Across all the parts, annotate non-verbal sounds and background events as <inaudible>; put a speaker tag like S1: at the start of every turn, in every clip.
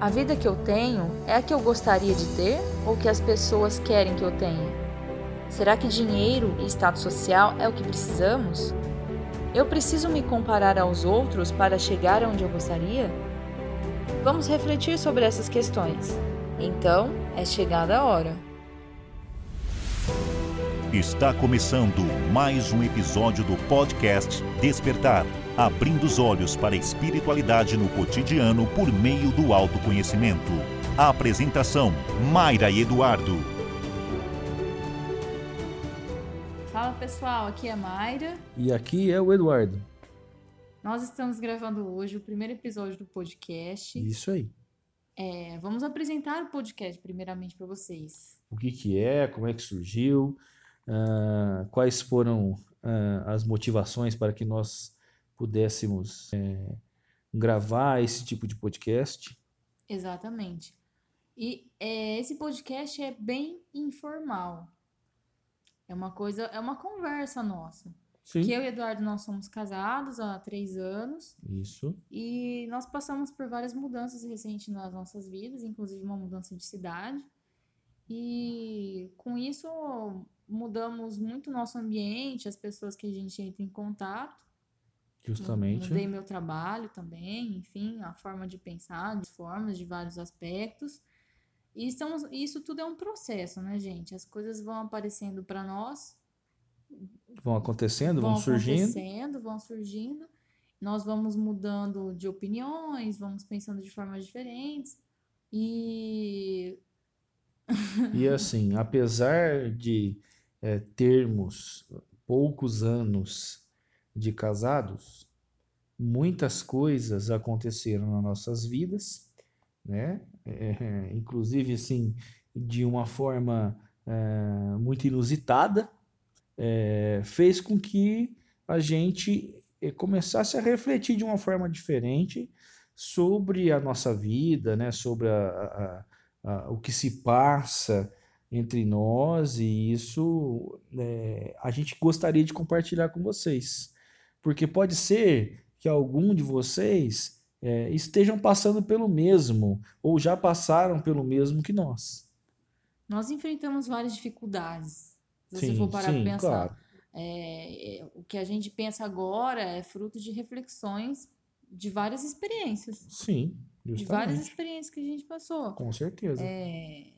S1: A vida que eu tenho é a que eu gostaria de ter ou que as pessoas querem que eu tenha? Será que dinheiro e status social é o que precisamos? Eu preciso me comparar aos outros para chegar onde eu gostaria? Vamos refletir sobre essas questões. Então, é chegada a hora.
S2: Está começando mais um episódio do podcast Despertar abrindo os olhos para a espiritualidade no cotidiano por meio do autoconhecimento. A apresentação: Mayra e Eduardo.
S1: Fala pessoal, aqui é Mayra.
S3: E aqui é o Eduardo.
S1: Nós estamos gravando hoje o primeiro episódio do podcast.
S3: Isso aí.
S1: É, vamos apresentar o podcast primeiramente para vocês.
S3: O que, que é, como é que surgiu, uh, quais foram uh, as motivações para que nós pudéssemos é, gravar esse tipo de podcast.
S1: Exatamente. E é, esse podcast é bem informal. É uma coisa, é uma conversa nossa.
S3: Sim.
S1: Que eu e Eduardo nós somos casados há três anos
S3: Isso.
S1: e nós passamos por várias mudanças recentes nas nossas vidas, inclusive uma mudança de cidade. E com isso mudamos muito o nosso ambiente, as pessoas que a gente entra em contato.
S3: Justamente.
S1: Mudei meu trabalho também, enfim, a forma de pensar, de formas, de vários aspectos. E estamos, isso tudo é um processo, né, gente? As coisas vão aparecendo para nós,
S3: Vão acontecendo, vão, surgindo.
S1: acontecendo, vão surgindo. Nós vamos mudando de opiniões, vamos pensando de formas diferentes. E
S3: E assim, apesar de é, termos poucos anos de casados, muitas coisas aconteceram nas nossas vidas, né? É, <laughs> inclusive, assim, de uma forma é, muito inusitada, é, fez com que a gente eh, começasse a refletir de uma forma diferente sobre a nossa vida, né? Sobre a- a- a- a- o que se passa entre nós e isso né, a gente gostaria de compartilhar com vocês, porque pode ser que algum de vocês eh, estejam passando pelo mesmo ou já passaram pelo mesmo que nós.
S1: nós enfrentamos várias dificuldades. Se você for parar para pensar, É, é, o que a gente pensa agora é fruto de reflexões de várias experiências,
S3: sim,
S1: de várias
S3: justamente,
S1: experiências que a gente passou.
S3: com certeza.
S1: É,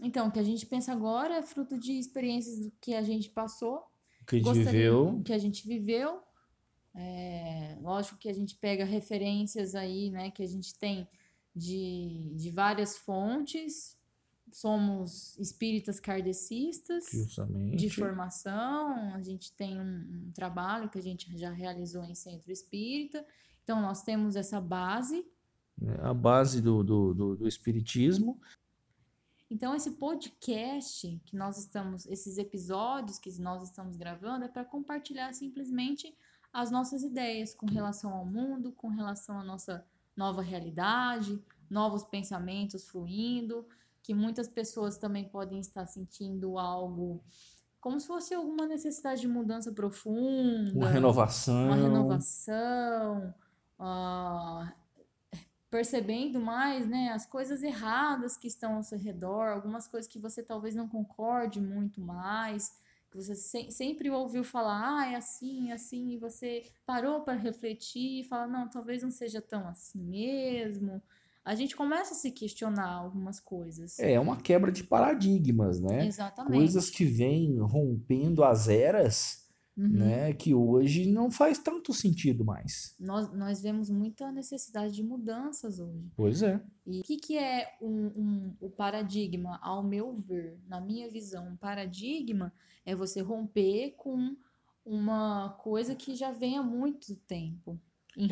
S1: Então, o que a gente pensa agora é fruto de experiências do que a gente passou,
S3: que a gente
S1: gostaria-
S3: viveu,
S1: que a gente viveu. É, Lógico que a gente pega referências aí, né, que a gente tem de, de várias fontes. Somos espíritas kardecistas
S3: justamente.
S1: de formação, a gente tem um, um trabalho que a gente já realizou em centro espírita, então nós temos essa base.
S3: né, a base do, do, do, do espiritismo.
S1: Então, esse podcast que nós estamos, esses episódios que nós estamos gravando, é para compartilhar simplesmente as nossas ideias com relação ao mundo, com relação à nossa nova realidade, novos pensamentos fluindo, que muitas pessoas também podem estar sentindo algo como se fosse alguma necessidade de mudança profunda.
S3: Uma renovação.
S1: uma renovação, ah, percebendo mais né, as coisas erradas que estão ao seu redor, algumas coisas que você talvez não concorde muito mais, que você se- sempre ouviu falar, ah, é assim, é assim, e você parou para refletir e fala, não, talvez não seja tão assim mesmo. A gente começa a se questionar algumas coisas.
S3: É uma quebra de paradigmas, né?
S1: Exatamente.
S3: Coisas que vêm rompendo as eras,
S1: Uhum.
S3: né? Que hoje não faz tanto sentido mais.
S1: Nós, nós vemos muita necessidade de mudanças hoje.
S3: Pois é.
S1: E o que, que é um, um- o paradigma, ao meu ver, na minha visão? Um paradigma é você romper com uma coisa que já vem há muito tempo,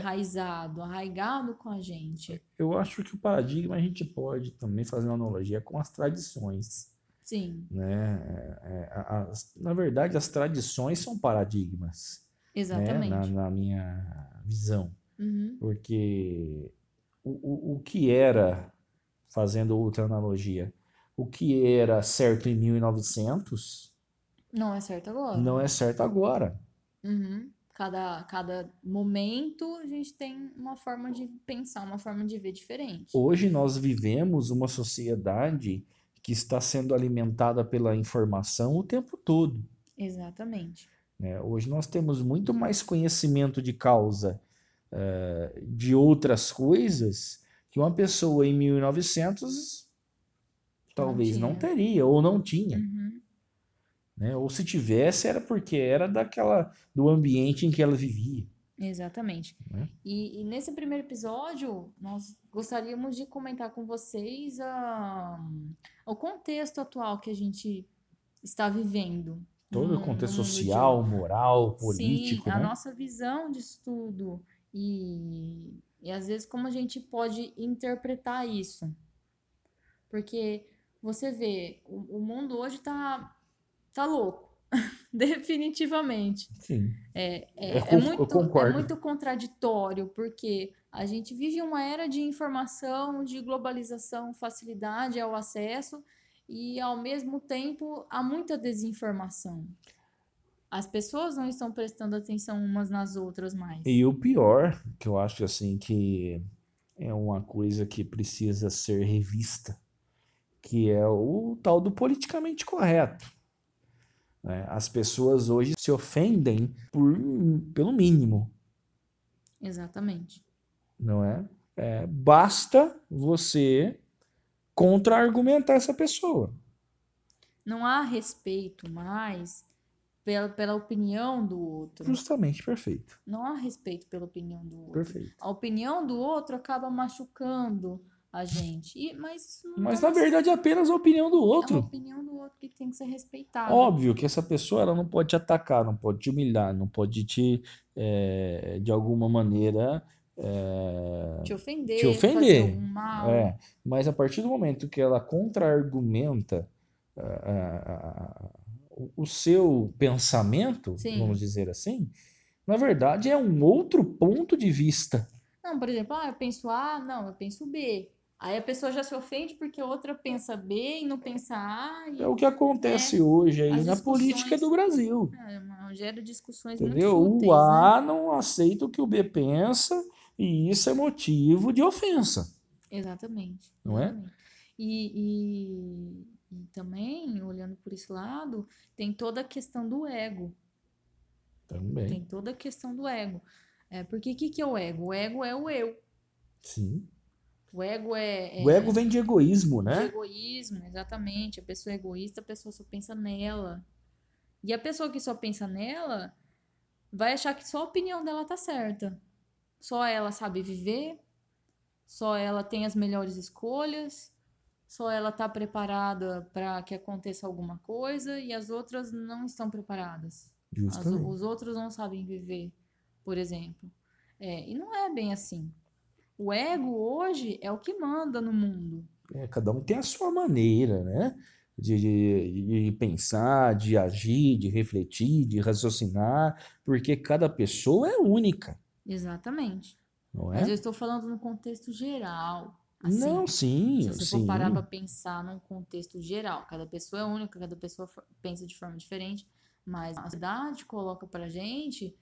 S1: enraizado, arraigado com a gente.
S3: Eu acho que o paradigma a gente pode também fazer uma analogia com as tradições,
S1: Sim,
S3: né? É, a- as- na verdade, as tradições são paradigmas, né? Na,
S1: exatamente.
S3: na minha visão.
S1: Uhum,
S3: Porque o, o, o que era, fazendo outra analogia, o que era certo em 1900
S1: Não é certo agora.
S3: não é certo agora.
S1: Uhum, Cada, cada momento a gente tem uma forma de pensar, uma forma de ver diferente.
S3: Hoje nós vivemos uma sociedade que está sendo alimentada pela informação o tempo todo.
S1: Exatamente.
S3: né? Hoje nós temos muito mais conhecimento de causa eh, de outras coisas que uma pessoa em 1900 talvez não,
S1: tinha.
S3: teria ou não tinha.
S1: Uhum,
S3: né? Ou se tivesse, era porque era daquela do ambiente em que ela vivia.
S1: Exatamente.
S3: Né?
S1: E, e nesse primeiro episódio, nós gostaríamos de comentar com vocês a, o contexto atual que a gente está vivendo.
S3: Todo
S1: no-
S3: o
S1: no
S3: contexto
S1: mundo de
S3: social, moral, político,
S1: Hum, Sim, a
S3: né?
S1: nossa visão disso tudo. E, e às vezes como a gente pode interpretar isso. Porque você vê, o, o mundo hoje tá, tá louco. <laughs> Definitivamente.
S3: Sim.
S1: É,
S3: Eu
S1: é,
S3: con-
S1: é
S3: eu
S1: muito, é
S3: concordo.
S1: muito contraditório, porque a gente vive uma era de informação, de globalização, facilidade ao acesso, e ao mesmo tempo há muita desinformação. As pessoas não estão prestando atenção umas nas outras mais.
S3: E o pior, que eu acho assim que é uma coisa que precisa ser revista, que é o tal do politicamente correto. né? As pessoas hoje se ofendem por, pelo mínimo,
S1: Exatamente.
S3: não é? É, basta você contra-argumentar essa pessoa.
S1: Não há respeito mais pela, pela opinião do outro.
S3: Justamente, perfeito.
S1: Não há respeito pela opinião do outro.
S3: Perfeito.
S1: A opinião do outro acaba machucando a gente. E, mas isso não
S3: Mas
S1: tá
S3: na verdade é apenas a opinião do
S1: É uma
S3: outro.
S1: opinião do outro que tem que ser respeitada.
S3: Óbvio que essa pessoa ela não pode te atacar, não pode te humilhar, não pode te, eh, de alguma maneira, eh,
S1: Te ofender,
S3: Te ofender,
S1: fazer algum mal.
S3: é. Mas a partir do momento que ela contra-argumenta ah, ah, ah, ah, o- o seu pensamento,
S1: Sim.
S3: vamos dizer assim, na verdade é um outro ponto de vista.
S1: Não, por exemplo, ah, eu penso A, não, eu penso B. Aí a pessoa já se ofende porque a outra pensa B e não pensa A. E...
S3: É o que acontece hoje aí
S1: As
S3: na
S1: discussões-
S3: política do Brasil.
S1: É, uma- gera discussões
S3: Entendeu?
S1: muito fúteis, né?
S3: o A não aceita o que o B pensa e isso é motivo de ofensa.
S1: né? Exatamente.
S3: Não é?
S1: exatamente. E, e- e também, olhando por esse lado, tem toda a questão do ego.
S3: Também.
S1: Tem toda a questão do ego. É, porque o que, que é o ego? O ego é o eu.
S3: Sim.
S1: O ego é. é-
S3: O ego vem de egoísmo,
S1: De
S3: né?
S1: egoísmo, exatamente. A pessoa é egoísta, a pessoa só pensa nela. E a pessoa que só pensa nela vai achar que só a opinião dela tá certa. Só ela sabe viver, só ela tem as melhores escolhas, só ela tá preparada para que aconteça alguma coisa e as outras não estão preparadas. As-
S3: Justamente.
S1: os outros não sabem viver, por exemplo. É, e não é bem assim. O ego hoje é o que manda no mundo.
S3: É, cada um tem a sua maneira, né? De, de- de pensar, de agir, de refletir, de raciocinar, porque cada pessoa é única,
S1: Exatamente.
S3: não
S1: Mas eu
S3: é?
S1: estou falando no contexto geral. assim.
S3: Não,
S1: se
S3: sim,
S1: você
S3: sim.
S1: for parar para pensar num contexto geral, cada pessoa é única, cada pessoa fo- pensa de forma diferente, mas a sociedade coloca pra gente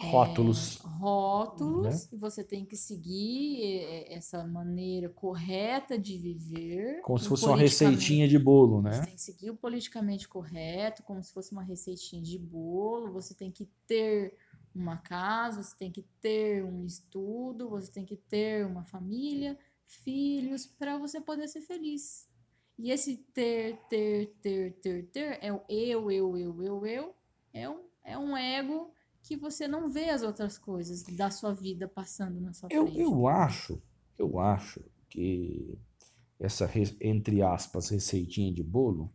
S1: é,
S3: Rótulos. Né?
S1: rótulos e você tem que seguir é, é, essa maneira correta de viver.
S3: Como se
S1: o
S3: fosse uma
S1: um politicamente-
S3: receitinha de bolo,
S1: Você
S3: né?
S1: tem que seguir o politicamente correto, como se fosse uma receitinha de bolo. Você tem que ter uma casa, você tem que ter um estudo, você tem que ter uma família, filhos, para você poder ser feliz. E esse ter, ter, ter, ter, ter é o eu, eu, eu, eu, eu. É um, é um ego que você não vê as outras coisas da sua vida passando na sua
S3: Eu,
S1: frente.
S3: eu acho, eu acho que essa, re- entre aspas, receitinha de bolo,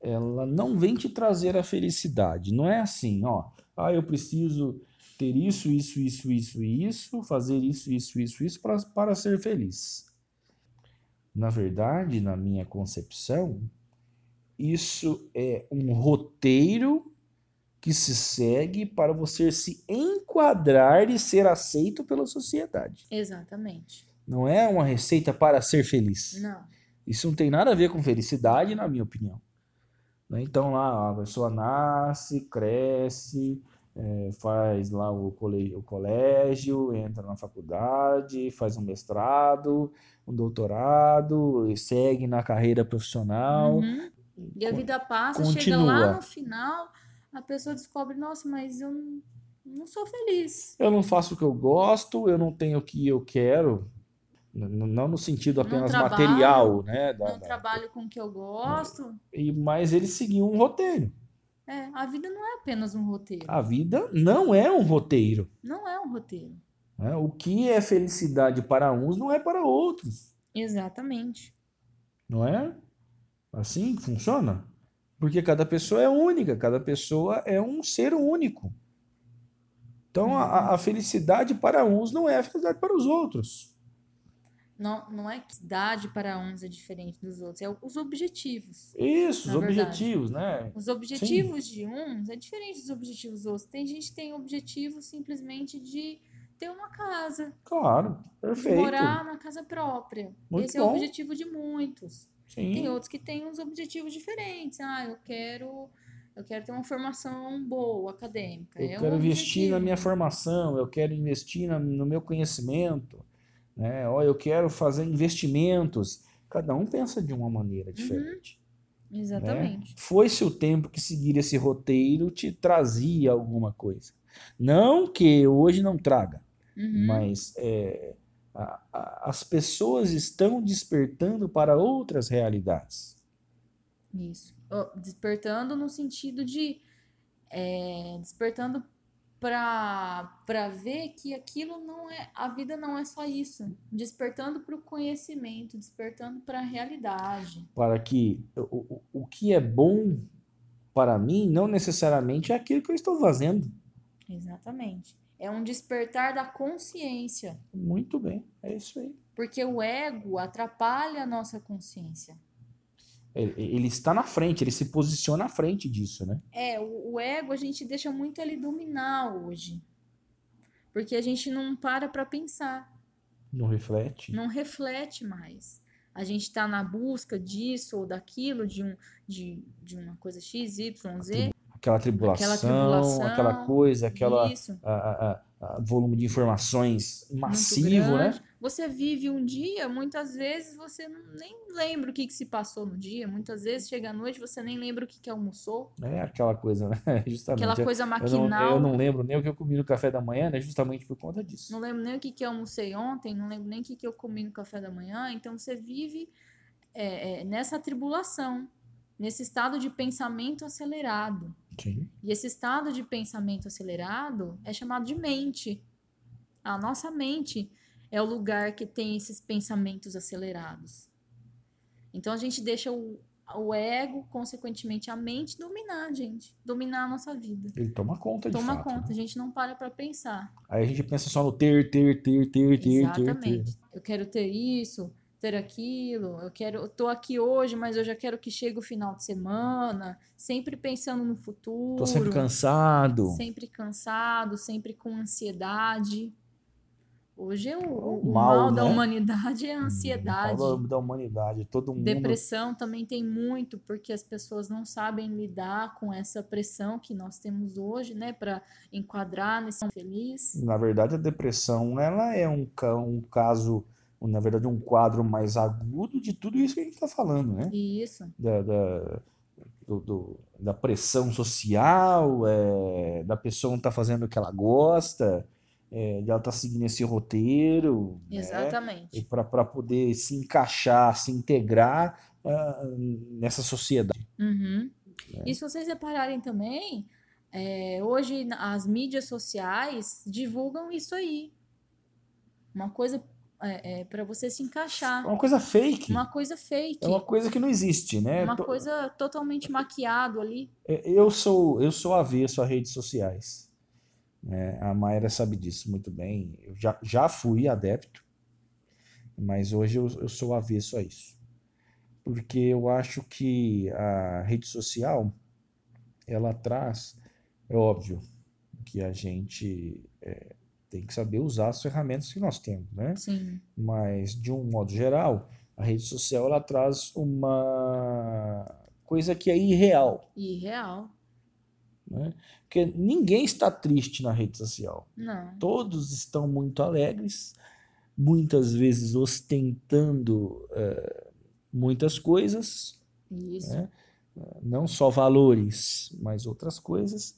S3: ela não vem te trazer a felicidade. Não é assim, ó, ah, eu preciso ter isso, isso, isso, isso, isso, fazer isso, isso, isso, isso para, para ser feliz. Na verdade, na minha concepção, isso é um roteiro que se segue para você se enquadrar e ser aceito pela sociedade.
S1: Exatamente.
S3: Não é uma receita para ser feliz.
S1: Não.
S3: Isso não tem nada a ver com felicidade, na minha opinião. Né? Então lá a pessoa nasce, cresce, é, faz lá o colégio, o colégio, entra na faculdade, faz um mestrado, um doutorado, e segue na carreira profissional.
S1: Uhum. E a vida passa, chega
S3: Continua.
S1: lá no final, a pessoa descobre, nossa, mas eu não, não sou feliz.
S3: Eu não faço o que eu gosto, eu não tenho o que eu quero, n- n- não no sentido
S1: Não
S3: apenas
S1: trabalho,
S3: material, né? da-
S1: Não
S3: da-
S1: trabalho com o que eu
S3: É.
S1: gosto.
S3: e, mas ele seguiu um roteiro.
S1: É, a vida não é apenas um roteiro.
S3: A vida não é um roteiro.
S1: Não é um roteiro.
S3: né? O que é felicidade para uns não é para outros.
S1: Exatamente.
S3: Não é? Assim que funciona? Porque cada pessoa é única, cada pessoa é um ser único. Então a- a, a felicidade para uns não é a felicidade para os outros.
S1: Não, não é que idade para uns é diferente dos outros, é o- os objetivos.
S3: Isso, os
S1: Na É verdade.
S3: objetivos, né?
S1: Os objetivos de uns é diferente dos objetivos dos outros. Tem gente que tem objetivo simplesmente de ter uma casa,
S3: Claro,
S1: de
S3: perfeito.
S1: morar na casa própria.
S3: Muito
S1: Esse é
S3: bom.
S1: o objetivo de muitos. Tem
S3: Sim,
S1: outros que têm uns objetivos diferentes. Ah, eu quero, eu quero ter uma formação boa acadêmica.
S3: eu
S1: é
S3: quero
S1: um
S3: investir na
S1: objetivo.
S3: minha formação, eu quero investir na- no meu conhecimento, né? Ó, eu quero fazer investimentos. Cada um pensa de uma
S1: Uhum.
S3: maneira diferente.
S1: Exatamente.
S3: foi-se o tempo que seguir esse roteiro te trazia alguma coisa. Não que hoje não traga,
S1: Uhum.
S3: mas é, a- a- as pessoas estão despertando para outras realidades.
S1: Isso. Ó, Despertando no sentido de é, despertando para ver que aquilo não é a vida não é só isso. Despertando para o conhecimento, despertando para a realidade.
S3: Para que o, o- o que é bom para mim não necessariamente é aquilo que eu estou fazendo.
S1: Exatamente. É um despertar da consciência,
S3: Muito bem, é isso aí.
S1: porque o ego atrapalha a nossa consciência.
S3: Ele, ele está na frente, ele se posiciona à frente disso, né?
S1: É, o, o ego a gente deixa muito ele dominar hoje. Porque a gente não para para pensar.
S3: Não reflete.
S1: não reflete mais. A gente está na busca disso ou daquilo, de, um, de, de uma coisa X, Y, Z.
S3: Aquela tribulação,
S1: tribulação,
S3: aquela coisa, aquela,
S1: Isso,
S3: a- a- a- a volume de informações
S1: muito
S3: massivo, né?
S1: grande. Você vive um dia, muitas vezes você não- nem lembra o que, que se passou no dia. Muitas vezes chega à noite, você nem lembra o que, que almoçou.
S3: É aquela coisa, né? <laughs> Justamente.
S1: Aquela coisa
S3: eu, eu não,
S1: maquinal.
S3: eu
S1: não,
S3: não lembro nem o que eu comi no café da manhã, né? Justamente por conta disso.
S1: lembro nem o que, que eu almocei ontem, não lembro nem o que, que eu comi no café da manhã. Então você vive é, é, nessa tribulação, nesse estado de pensamento acelerado.
S3: Sim.
S1: E esse estado de pensamento acelerado é chamado de mente. A nossa mente é o lugar que tem esses pensamentos acelerados. Então a gente deixa o, o ego, consequentemente a mente, dominar a gente, dominar a nossa vida.
S3: Ele toma conta de
S1: Toma
S3: fato,
S1: conta,
S3: né?
S1: a gente não para para pensar.
S3: Aí a gente pensa só no ter, ter, ter, ter, ter, ter, ter.
S1: Exatamente. Eu quero ter isso, ter aquilo, eu quero, eu tô aqui hoje, mas eu já quero que chegue o final de semana, sempre pensando no futuro.
S3: Tô sempre cansado.
S1: Sempre cansado, sempre com ansiedade. Hoje é o, o- o
S3: mal,
S1: mal, da
S3: né?
S1: humanidade é a ansiedade.
S3: Fala da humanidade, todo mundo.
S1: Depressão também tem muito, porque as pessoas não sabem lidar com essa pressão que nós temos hoje, né, para enquadrar
S3: Né?
S1: nesse feliz.
S3: Na verdade, a depressão, ela é um, ca- um caso, na verdade, um quadro mais agudo de tudo isso que a gente tá falando, né?
S1: E isso,
S3: da, da, do- do- da pressão social, é, da pessoa não estar fazendo o que ela gosta, é, de ela estar seguindo esse roteiro, né?
S1: exatamente.
S3: E para poder se encaixar, se integrar ah, nessa sociedade.
S1: Uhum. E se vocês repararem também, é, hoje na- as mídias sociais divulgam isso aí. Uma coisa para você se
S3: É
S1: encaixar.
S3: uma coisa fake,
S1: Uma coisa fake.
S3: é uma coisa que não existe, né?
S1: uma
S3: To-
S1: coisa totalmente maquiado ali.
S3: é, Eu sou eu sou avesso a redes sociais. né? a Mayra sabe disso muito bem. Eu já, já fui adepto, mas hoje eu, eu sou avesso a isso. Porque eu acho que a rede social, ela traz, é óbvio, que a gente é, tem que saber usar as ferramentas que nós temos, né?
S1: Sim.
S3: mas de um modo geral, a rede social ela traz uma coisa que é irreal,
S1: E real.
S3: Né? Porque ninguém está triste na rede social.
S1: Não.
S3: Todos estão muito alegres, muitas vezes ostentando eh, muitas coisas,
S1: Isso.
S3: né? não só valores, mas outras coisas.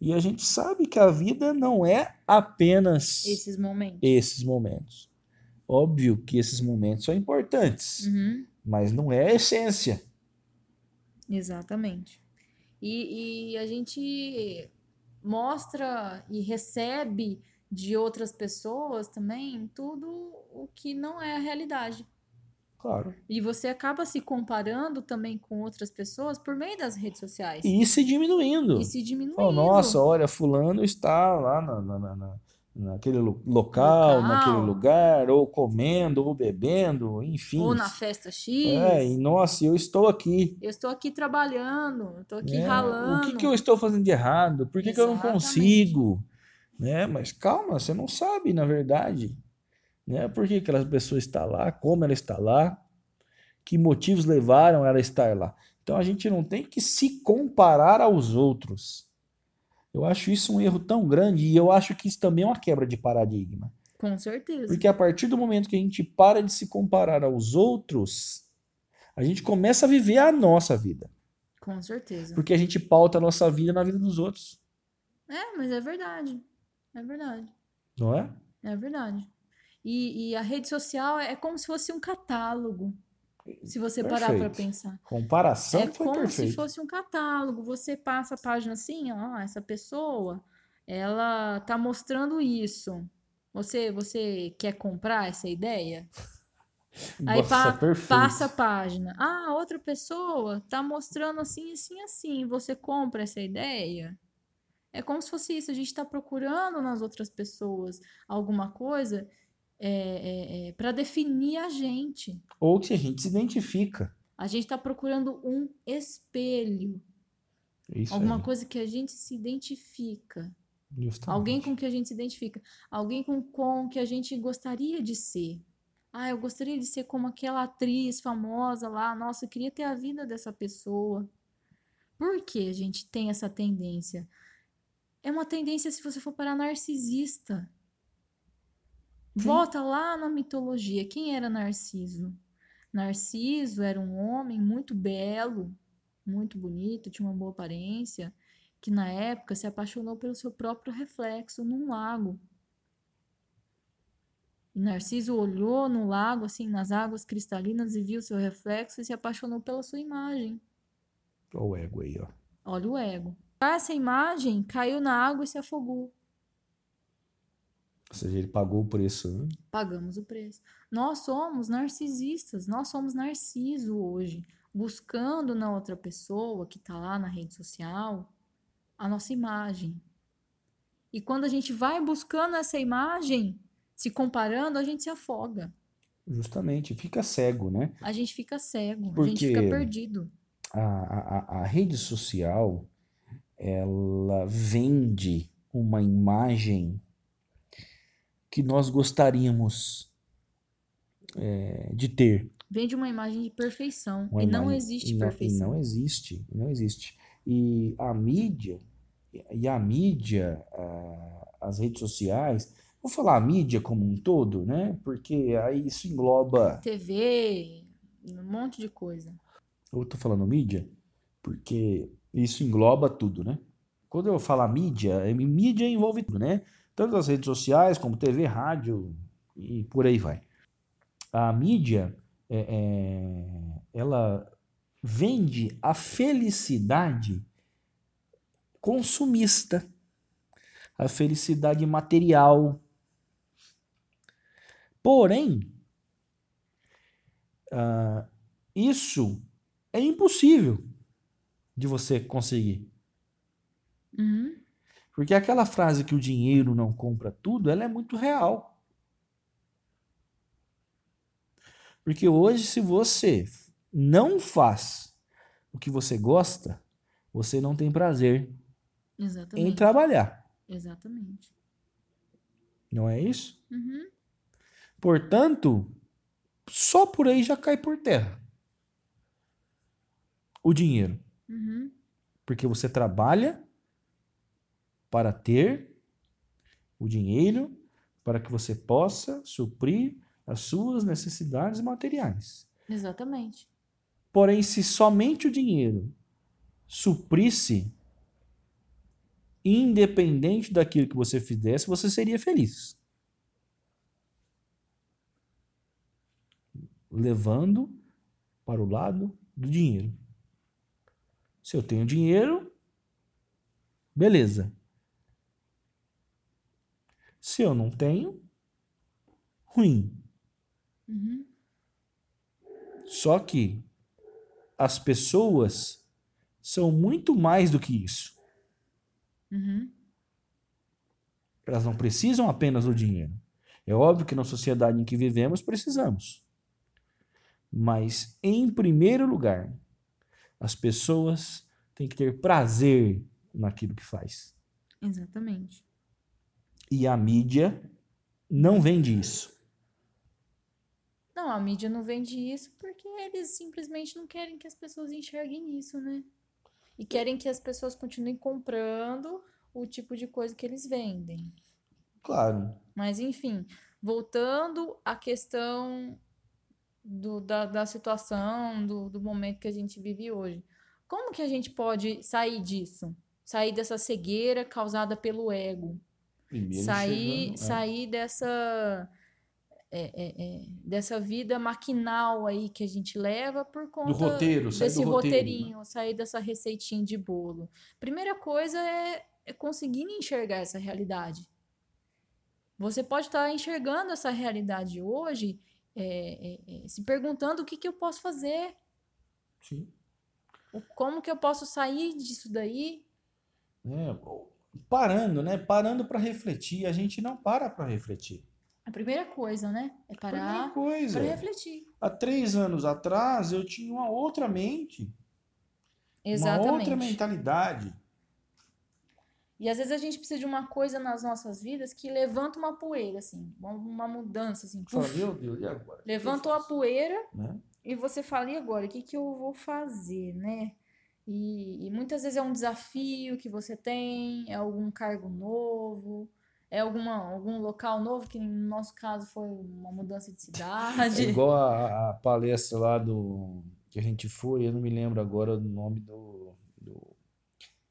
S3: E a gente sabe que a vida não é apenas
S1: Esses momentos.
S3: esses momentos. Óbvio que esses momentos são importantes,
S1: Uhum,
S3: mas não é a essência.
S1: Exatamente. E, e a gente mostra e recebe de outras pessoas também tudo o que não é a realidade.
S3: Claro.
S1: E você acaba se comparando também com outras pessoas por meio das redes sociais.
S3: E se diminuindo.
S1: E se diminuindo.
S3: Oh, nossa, olha, fulano está lá na, na- na- na- naquele lo- local,
S1: Local.
S3: naquele lugar, ou comendo, ou bebendo, enfim.
S1: Ou na festa X.
S3: É, e nossa, eu estou aqui.
S1: Eu estou aqui trabalhando, eu estou aqui
S3: né? O
S1: ralando.
S3: que, que eu estou fazendo de errado? Por que, que eu não
S1: Exatamente.
S3: consigo? Né? Mas calma, você não sabe, na verdade. Né? Por que que aquela pessoa está lá? Como ela está lá? Que motivos levaram ela a estar lá? Então a gente não tem que se comparar aos outros. Eu acho isso um erro tão grande e eu acho que isso também é uma quebra de paradigma.
S1: Com certeza.
S3: Porque a partir do momento que a gente para de se comparar aos outros, a gente começa a viver a nossa vida.
S1: Com certeza.
S3: Porque a gente pauta a nossa vida na vida dos outros,
S1: É, mas é verdade. É verdade.
S3: não é?
S1: É verdade. E, e a rede social é como se fosse um catálogo. Se você parar para
S3: Perfeito.
S1: pensar.
S3: Comparação
S1: é
S3: foi
S1: como
S3: perfeito.
S1: se fosse um catálogo. Você passa a página assim, ó, essa pessoa, ela tá mostrando isso. Você, você quer comprar essa ideia? Aí
S3: Nossa,
S1: pa-
S3: perfeito.
S1: Passa a página. Ah, outra pessoa tá mostrando assim, assim, assim. Você compra essa ideia? É como se fosse isso. A gente está procurando nas outras pessoas alguma coisa é, para definir a gente.
S3: Ou que a gente se identifica.
S1: A gente está procurando um espelho,
S3: É Isso
S1: alguma
S3: aí,
S1: coisa que a gente se identifica,
S3: justamente.
S1: alguém com que a gente se identifica, alguém com com que a gente gostaria de ser. Ah, eu gostaria de ser como aquela atriz famosa lá. Nossa, eu queria ter a vida dessa pessoa. Por que a gente tem essa tendência? É uma tendência se você for para narcisista. Volta lá na mitologia. Quem era Narciso? Narciso era um homem muito belo, muito bonito, tinha uma boa aparência, que na época se apaixonou pelo seu próprio reflexo num lago. E Narciso olhou no lago, assim, nas águas cristalinas e viu seu reflexo e se apaixonou pela sua imagem.
S3: Olha o ego aí, ó.
S1: Olha o ego. Essa imagem caiu na água e se afogou.
S3: Ou seja, ele pagou o preço. né?
S1: pagamos o preço. Nós somos narcisistas, nós somos narciso hoje, buscando na outra pessoa que está lá na rede social a nossa imagem. E quando a gente vai buscando essa imagem, se comparando, a gente se afoga,
S3: Justamente, fica cego, né?
S1: a gente fica cego, a gente
S3: Porque-
S1: fica perdido.
S3: A, a, a- a rede social, ela vende uma imagem que nós gostaríamos eh, de ter.
S1: Vende uma imagem de perfeição
S3: Uma
S1: e não
S3: imagem-
S1: existe
S3: e não-
S1: perfeição.
S3: E não existe, não existe. E a mídia, e a mídia, ah, as redes sociais, vou falar a mídia como um todo, né? Porque aí isso engloba.
S1: TV, um monte de coisa.
S3: Eu tô falando mídia, porque isso engloba tudo, né? Quando eu falo mídia, é- mídia envolve tudo, né? Tanto as redes sociais, como TV, rádio e por aí vai. A mídia, é, é, ela vende a felicidade consumista, a felicidade material. Porém, ah, isso é impossível de você conseguir.
S1: Uhum,
S3: Porque aquela frase que o dinheiro não compra tudo, ela é muito real. Porque hoje, se você não faz o que você gosta, você não tem prazer
S1: exatamente.
S3: em trabalhar.
S1: Exatamente.
S3: Não é isso?
S1: Uhum,
S3: Portanto, só por aí já cai por terra o dinheiro.
S1: uhum.
S3: Porque você trabalha para ter o dinheiro para que você possa suprir as suas necessidades materiais.
S1: Exatamente.
S3: Porém, se somente o dinheiro suprisse, independente daquilo que você fizesse, você seria feliz. Levando para o lado do dinheiro. Se eu tenho dinheiro, beleza. Se eu não tenho, ruim.
S1: Uhum.
S3: Só que as pessoas são muito mais do que isso.
S1: Uhum.
S3: Elas não precisam apenas do dinheiro. É óbvio que na sociedade em que vivemos precisamos. Mas, em primeiro lugar, as pessoas têm que ter prazer naquilo que faz.
S1: Exatamente.
S3: E a mídia não vende isso.
S1: Não, a mídia não vende isso porque eles simplesmente não querem que as pessoas enxerguem isso, né? E querem que as pessoas continuem comprando o tipo de coisa que eles vendem.
S3: Claro.
S1: Mas, enfim, voltando à questão do, da, da situação, do, do momento que a gente vive hoje. Como que a gente pode sair disso? Sair dessa cegueira causada pelo ego?
S3: Primeiro
S1: sair,
S3: chegando, é.
S1: sair dessa é, é, é, dessa vida maquinal aí que a gente leva por conta
S3: roteiro, sair
S1: desse
S3: do roteiro,
S1: roteirinho, sair dessa receitinha de bolo. Primeira coisa é, é conseguir enxergar essa realidade. Você pode estar enxergando essa realidade hoje, é, é, é, se perguntando o que, que eu posso fazer,
S3: Sim.
S1: o- como que eu posso sair disso daí.
S3: É, parando, né? Parando para refletir. A gente não para para refletir.
S1: A primeira coisa, né? É
S3: Primeira
S1: parar
S3: coisa. é
S1: para refletir.
S3: Há três anos atrás eu tinha uma outra mente,
S1: Exatamente.
S3: uma outra mentalidade.
S1: E às vezes a gente precisa de uma coisa nas nossas vidas que levanta uma poeira, assim, uma- uma mudança, assim.
S3: Fala,
S1: puf,
S3: meu Deus, e agora? O que eu
S1: levanta uma
S3: faço?
S1: poeira
S3: Né?
S1: e você fala, e agora? O que, que eu vou fazer, né? E, e muitas vezes é um desafio que você tem, é algum cargo novo, é alguma, algum local novo, que no nosso caso foi uma mudança de
S3: <laughs> É
S1: cidade.
S3: igual a, a palestra lá do que a gente foi, eu não me lembro agora do nome do, do,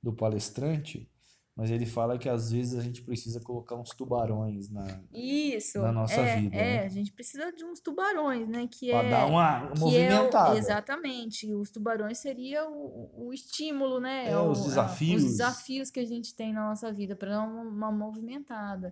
S3: do palestrante, mas ele fala que às vezes a gente precisa colocar uns tubarões na
S1: Isso.
S3: Na nossa
S1: é,
S3: vida,
S1: É,
S3: né?
S1: a gente precisa de uns tubarões, né? Que
S3: para
S1: é...
S3: dar uma
S1: Que
S3: movimentada.
S1: É o, exatamente. Os tubarões seria o, o estímulo, né?
S3: É,
S1: o-
S3: os
S1: a-
S3: desafios.
S1: os desafios que a gente tem na nossa vida para dar uma, uma movimentada.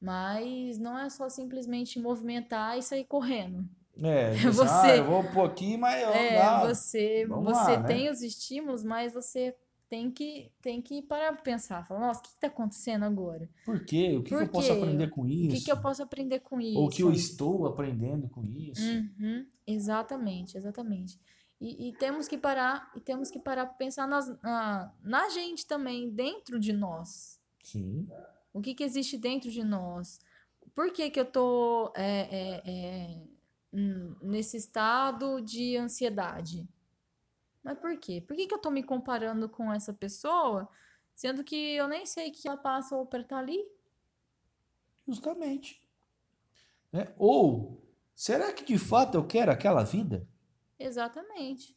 S1: Mas não é só simplesmente movimentar e sair correndo. <laughs>
S3: É, diz,
S1: Você-
S3: ah, eu vou pôr aqui, mas eu
S1: É,
S3: dá.
S1: você
S3: vamos
S1: você
S3: lá, né?
S1: tem os estímulos, mas você tem que tem que parar para pensar. Falar, nossa, o que está acontecendo agora?
S3: Por quê? O que, que
S1: Por
S3: eu posso
S1: quê?
S3: aprender com
S1: O
S3: isso?
S1: que, que eu posso aprender com isso?
S3: Ou que eu estou aprendendo com isso?
S1: Uhum, exatamente, exatamente. E, e temos que parar, e temos que parar para pensar nas, na, na gente também, dentro de nós.
S3: Sim.
S1: O que, que existe dentro de nós? Por que, que eu tô é, é, é, hum, nesse estado de ansiedade? Mas por quê? Por que, que eu tô me comparando com essa pessoa, sendo que eu nem sei que ela passa ou tá ali?
S3: Justamente. Né? Ou, será que de fato eu quero aquela vida?
S1: Exatamente.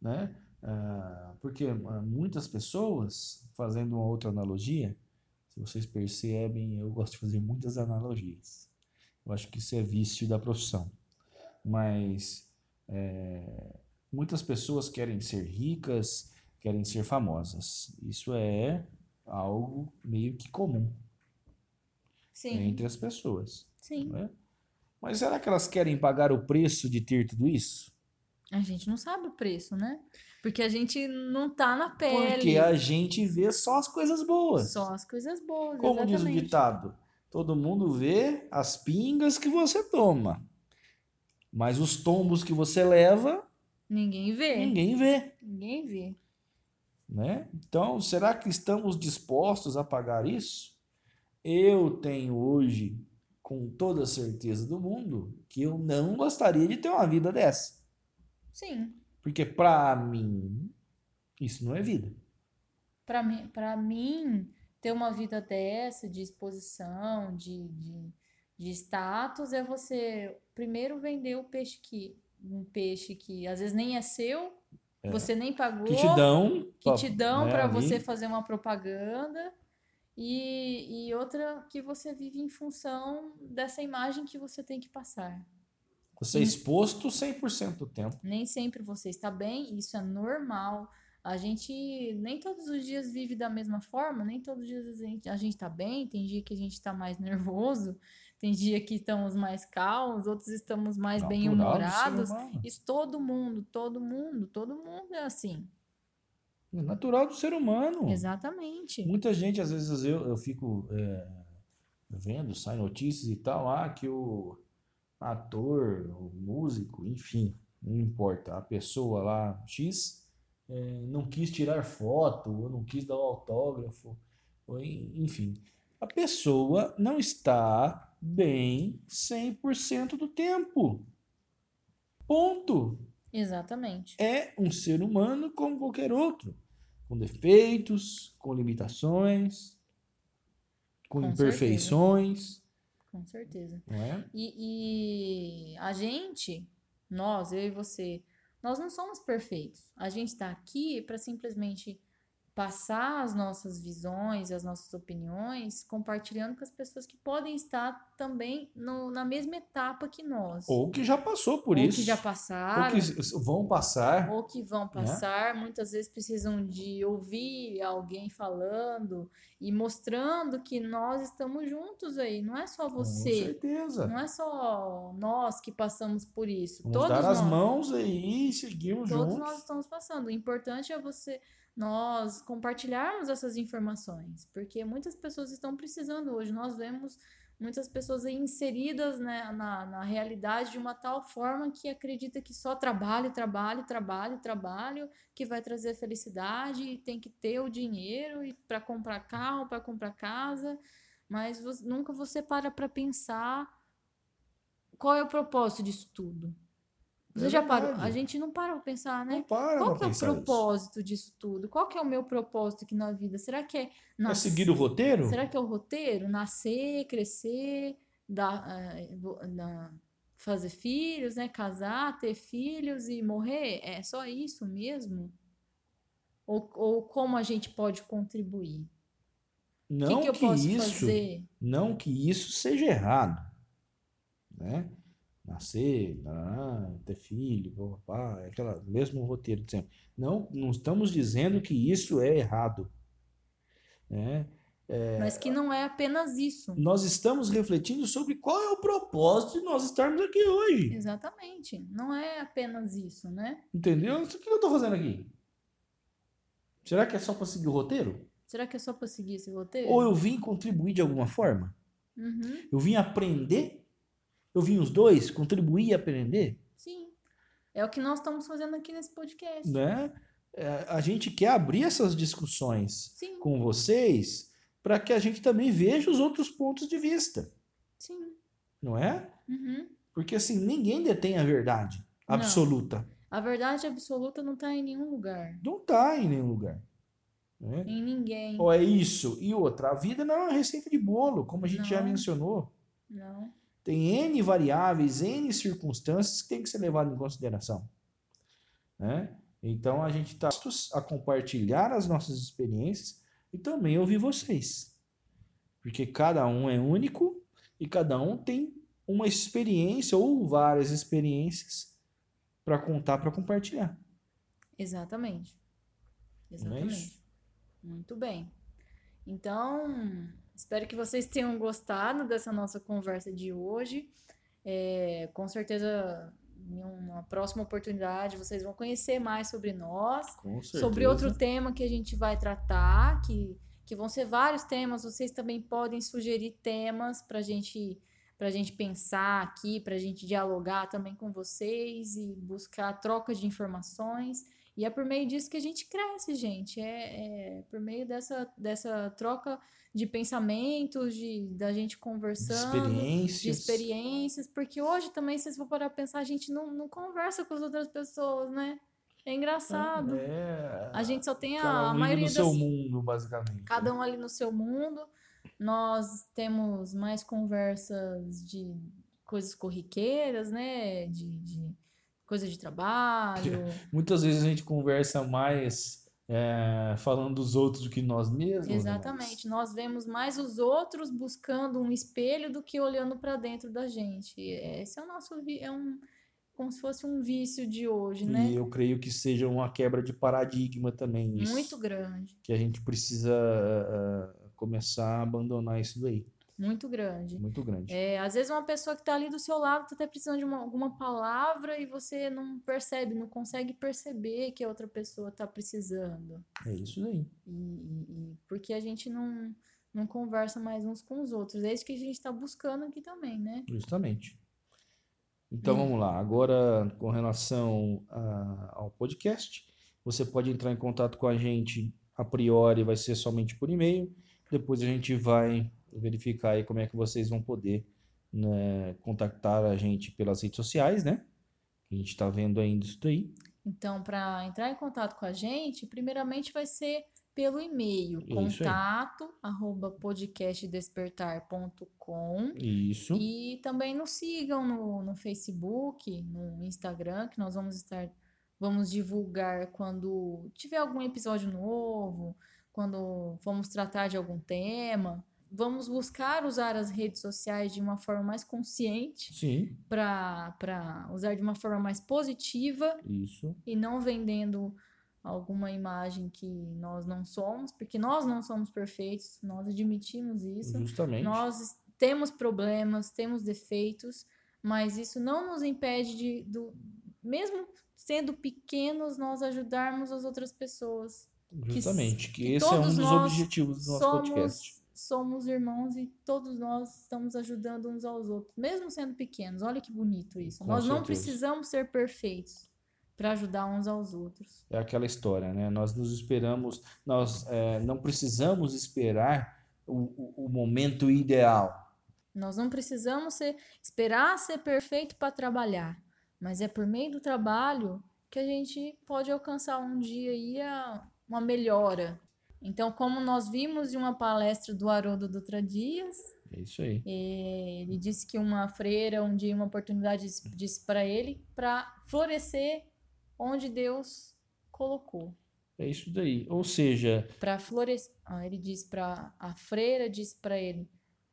S3: Né? Ah, porque ah, muitas pessoas, fazendo uma outra analogia, se vocês percebem, eu gosto de fazer muitas analogias. Eu acho que isso é vício da profissão. Mas eh, muitas pessoas querem ser ricas, querem ser famosas. Isso é algo meio que comum
S1: Sim,
S3: entre as pessoas.
S1: sim.
S3: não é? Mas será que elas querem pagar o preço de ter tudo isso?
S1: A gente não sabe o preço, né? Porque a gente não tá na
S3: Porque
S1: pele.
S3: a gente vê só as coisas boas.
S1: Só as coisas boas,
S3: Como diz o
S1: exatamente.
S3: ditado, todo mundo vê as pingas que você toma, mas os tombos que você leva,
S1: Ninguém vê. Ninguém,
S3: ninguém vê,
S1: vê.
S3: né? Então, será que estamos dispostos a pagar isso? Eu tenho hoje, com toda a certeza do mundo, que eu não gostaria de ter uma vida dessa,
S1: Sim.
S3: porque pra mim isso não é vida.
S1: Pra mim, pra mim, ter uma vida dessa, de exposição, de, de, de status, é você primeiro vender o peixe que. Um peixe que às vezes nem é seu,
S3: É.
S1: você nem pagou.
S3: Que te dão.
S1: que te dão
S3: né,
S1: para
S3: ali.
S1: você fazer uma propaganda e, e outra que você vive em função dessa imagem que você tem que passar.
S3: Você é exposto 100% do tempo.
S1: Nem sempre você está bem, isso é normal. A gente nem todos os dias vive da mesma forma, nem todos os dias a gente, a gente tá bem, tem dia que a gente está mais nervoso, tem dia que estamos mais calmos, outros estamos mais
S3: natural do ser
S1: bem-humorados.
S3: humano.
S1: Isso todo mundo, todo mundo, todo mundo é assim.
S3: É natural do ser humano.
S1: Exatamente.
S3: Muita gente, às vezes, eu, eu fico é, vendo, sai notícias e tal, ah, que o ator, o músico, enfim, não importa, a pessoa lá, X, é, não quis tirar foto, ou não quis dar o autógrafo, ou en- enfim. A pessoa não está bem 100% do tempo. Ponto
S1: Exatamente.
S3: é um ser humano como qualquer outro, com defeitos, com limitações, com,
S1: Com
S3: imperfeições,
S1: Com certeza.
S3: não é?
S1: E, e a gente, nós, eu e você, nós não somos perfeitos. A gente está aqui para simplesmente passar as nossas visões, as nossas opiniões, compartilhando com as pessoas que podem estar também no- na mesma etapa que nós.
S3: Ou que já passou por
S1: Ou
S3: isso,
S1: que já
S3: ou
S1: passaram,
S3: que né? s- vão passar.
S1: ou que vão passar, muitas vezes precisam de ouvir alguém falando e mostrando que nós estamos juntos aí. Não é só
S3: Com
S1: você.
S3: certeza.
S1: Não é só nós que passamos por isso.
S3: Vamos
S1: todos
S3: dar
S1: nós,
S3: as mãos aí e seguimos
S1: todos
S3: juntos.
S1: nós estamos passando. O importante é você nós compartilharmos essas informações, porque muitas pessoas estão precisando hoje. Nós vemos muitas pessoas aí inseridas né, na, na realidade de uma tal forma que acredita que só trabalho, trabalho, trabalho, trabalho que vai trazer felicidade e tem que ter o dinheiro para comprar carro, para comprar casa, mas vo- nunca você para para pensar qual é o propósito disso tudo.
S3: É
S1: Você já parou?
S3: verdade.
S1: A gente não para para pensar, né?
S3: Não para
S1: Qual
S3: pra
S1: que é o
S3: pensar isso.
S1: propósito disso tudo? Qual que é o meu propósito aqui na vida? Será que é
S3: É
S1: nas-
S3: seguir o roteiro?
S1: Será que é o roteiro? Nascer, crescer, dar, eh, vo- na- fazer filhos, né? Casar, ter filhos e morrer? É só isso mesmo? Ou, ou como a gente pode contribuir? O
S3: Não
S1: que, que eu posso
S3: isso.
S1: fazer?
S3: Não que isso seja errado, né? Nascer, ah, ter filho, papá, é aquela mesmo roteiro de sempre. Não, não estamos dizendo que isso é errado, né?
S1: Mas que não é apenas isso.
S3: Nós estamos refletindo sobre qual é o propósito de nós estarmos aqui hoje,
S1: Exatamente. Não é apenas isso, né?
S3: entendeu? O que eu estou fazendo aqui? Será que é só para seguir o roteiro?
S1: Será que é só para seguir esse roteiro?
S3: Ou eu vim contribuir de alguma forma?
S1: Uhum,
S3: Eu vim aprender? Eu vim os dois contribuir e aprender?
S1: sim. É o que nós estamos fazendo aqui nesse podcast.
S3: né? É, A gente quer abrir essas discussões
S1: Sim,
S3: com vocês para que a gente também veja os outros pontos de vista,
S1: sim.
S3: não é?
S1: Uhum.
S3: Porque assim, ninguém detém a verdade
S1: Não.
S3: absoluta.
S1: A verdade absoluta não está em nenhum lugar,
S3: Não está em nenhum lugar. né?
S1: em ninguém.
S3: Ou é isso e outra. A vida não é uma receita de bolo, como a gente já
S1: Não.
S3: mencionou.
S1: Não.
S3: Tem N variáveis, N circunstâncias que tem que ser levado em consideração. né? Então a gente está a compartilhar as nossas experiências e também ouvir vocês. Porque cada um é único e cada um tem uma experiência ou várias experiências para contar, para compartilhar.
S1: Exatamente.
S3: Não é
S1: Exatamente.
S3: isso?
S1: Muito bem. Então, espero que vocês tenham gostado dessa nossa conversa de hoje. É, com certeza, em uma próxima oportunidade, vocês vão conhecer mais sobre nós. sobre outro tema que a gente vai tratar, que, que vão ser vários temas. Vocês também podem sugerir temas para gente, a gente pensar aqui, para a gente dialogar também com vocês e buscar troca de informações. E é por meio disso que a gente cresce, gente. É, é por meio dessa, dessa troca de pensamentos, de, da gente conversando de
S3: experiências.
S1: experiências, porque hoje também, se vocês for parar pra pensar, a gente não, não conversa com as outras pessoas, né? É engraçado.
S3: É,
S1: A gente só tem
S3: cada
S1: a, a
S3: um
S1: maioria
S3: no seu
S1: das,
S3: mundo, basicamente. né?
S1: cada um ali no seu mundo. Nós temos mais conversas de coisas corriqueiras, né? De, de coisa de
S3: <laughs>
S1: trabalho.
S3: Muitas vezes a gente conversa mais é, falando dos outros do que nós mesmos. né,
S1: Exatamente. Nós vemos mais os outros buscando um espelho do que olhando para dentro da gente. Esse é o nosso vi- é um como se fosse um vício de hoje,
S3: Max?
S1: né?
S3: E eu creio que seja uma quebra de paradigma também isso.
S1: Muito grande,
S3: Que a gente precisa ah, ah, começar a abandonar isso daí.
S1: muito grande.
S3: Muito grande.
S1: É, às vezes uma pessoa que está ali do seu lado está até precisando de uma, alguma palavra e você não percebe, não consegue perceber que a outra pessoa está precisando.
S3: É isso daí.
S1: E, e- e- porque a gente não, não conversa mais uns com os outros. É isso que a gente está buscando aqui também, né?
S3: Justamente. Então
S1: Hum.
S3: vamos lá. Agora, com relação a- ao podcast, você pode entrar em contato com a gente a priori, vai ser somente por e-mail. Depois a gente vai verificar aí como é que vocês vão poder né, contactar a gente pelas redes sociais, né? A gente está vendo ainda isso daí.
S1: Então, para entrar em contato com a gente, primeiramente vai ser pelo e-mail,
S3: Isso aí.
S1: contato arroba podcastdespertar.com.
S3: Isso.
S1: E também nos sigam no, no Facebook, no Instagram, que nós vamos estar, vamos divulgar quando tiver algum episódio novo, quando vamos tratar de algum tema. Vamos buscar usar as redes sociais de uma forma mais consciente,
S3: Sim,
S1: para usar de uma forma mais positiva
S3: isso.
S1: e não vendendo alguma imagem que nós não somos, porque nós não somos perfeitos, nós admitimos isso.
S3: Justamente.
S1: Nós temos problemas, temos defeitos, mas isso não nos impede de, do, mesmo sendo pequenos, nós ajudarmos as outras pessoas.
S3: Justamente. Que,
S1: que
S3: esse é um
S1: todos
S3: dos
S1: nós
S3: objetivos do nosso podcast.
S1: somos irmãos e todos nós estamos ajudando uns aos outros, mesmo sendo pequenos. Olha que bonito isso.
S3: Com
S1: nós não
S3: certeza.
S1: precisamos ser perfeitos para ajudar uns aos outros.
S3: É aquela história, né? Nós nos esperamos, nós eh, não precisamos esperar o, o- o momento ideal.
S1: Nós não precisamos ser, esperar ser perfeito para trabalhar, mas é por meio do trabalho que a gente pode alcançar um dia aí a- uma melhora. Então, como nós vimos em uma palestra do Haroldo Dutra Dias,
S3: É isso aí.
S1: eh, ele disse que uma freira um dia uma oportunidade disse- disse para ele para florescer onde Deus colocou.
S3: É isso daí. Ou seja,
S1: Para florescer, ah, ele disse para a freira disse para ele,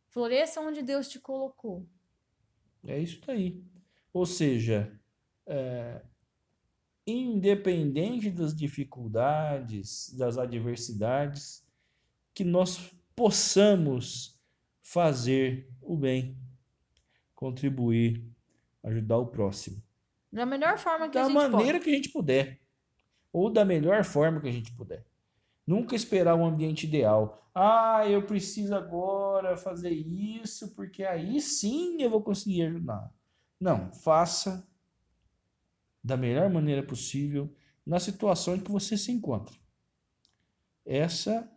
S1: floresça onde Deus te colocou.
S3: é isso daí. Ou seja, eh, independente das dificuldades, das adversidades, que nós possamos fazer o bem, contribuir, ajudar o próximo.
S1: Da melhor forma que a
S3: da
S1: gente
S3: maneira que a gente puder. Ou da melhor forma que a gente puder. Nunca esperar um ambiente ideal. Ah, eu preciso agora fazer isso, porque aí sim eu vou conseguir ajudar. Não, faça da melhor maneira possível na situação em que você se encontra. Essa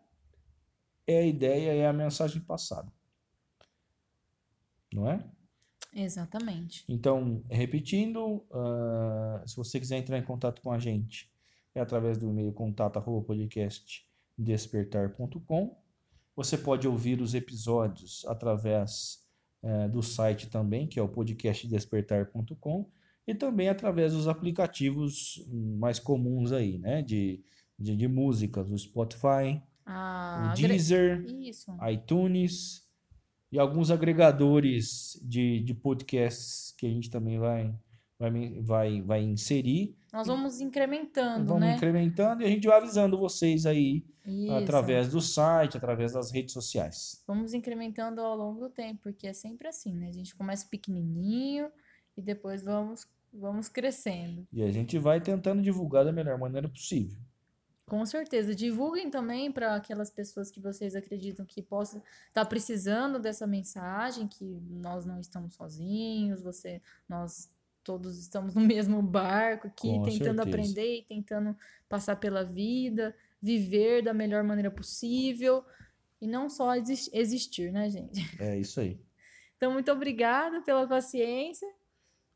S3: é a ideia, é a mensagem passada. Não é?
S1: pode. Exatamente.
S3: Então, repetindo, ah, se você quiser entrar em contato com a gente, é através do e-mail contato@podcastdespertar.com. Você pode ouvir os episódios através eh, do site também, que é o podcastdespertar.com, e também através dos aplicativos hum, mais comuns aí, né? De, de, de músicas, o Spotify,
S1: A
S3: o
S1: agre-
S3: Deezer
S1: Ah, Isso.
S3: iTunes e alguns agregadores de, de podcasts que a gente também vai, vai, men- vai, vai inserir.
S1: Nós vamos incrementando,
S3: Vamos
S1: né?
S3: incrementando e a gente vai avisando vocês aí
S1: Isso.
S3: através do site, através das redes sociais.
S1: Vamos incrementando ao longo do tempo, porque é sempre assim, né? A gente começa pequenininho e depois vamos vamos crescendo.
S3: E a gente vai tentando divulgar da melhor maneira possível.
S1: Com certeza. Divulguem também para aquelas pessoas que vocês acreditam que possam estar precisando dessa mensagem, que nós não estamos sozinhos, você, nós todos estamos no <laughs> mesmo barco aqui,
S3: Com
S1: tentando
S3: certeza.
S1: aprender e tentando passar pela vida, viver da melhor maneira possível e não só exis- existir, né, gente? <laughs>
S3: É isso aí.
S1: Então, muito obrigada pela paciência.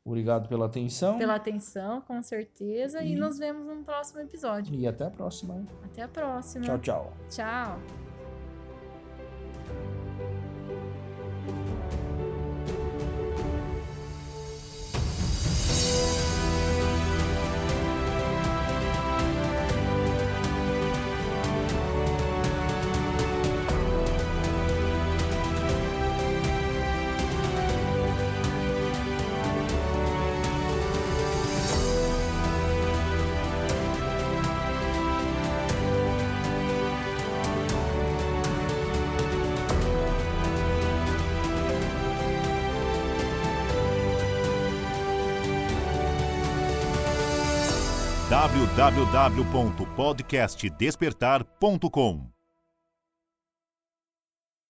S3: Obrigado pela atenção.
S1: Pela atenção, com certeza. E,
S3: Então E-
S1: nos vemos no próximo episódio.
S3: E até a próxima.
S1: Até a próxima.
S3: Tchau, tchau.
S1: Tchau.
S2: www.podcastdespertar.com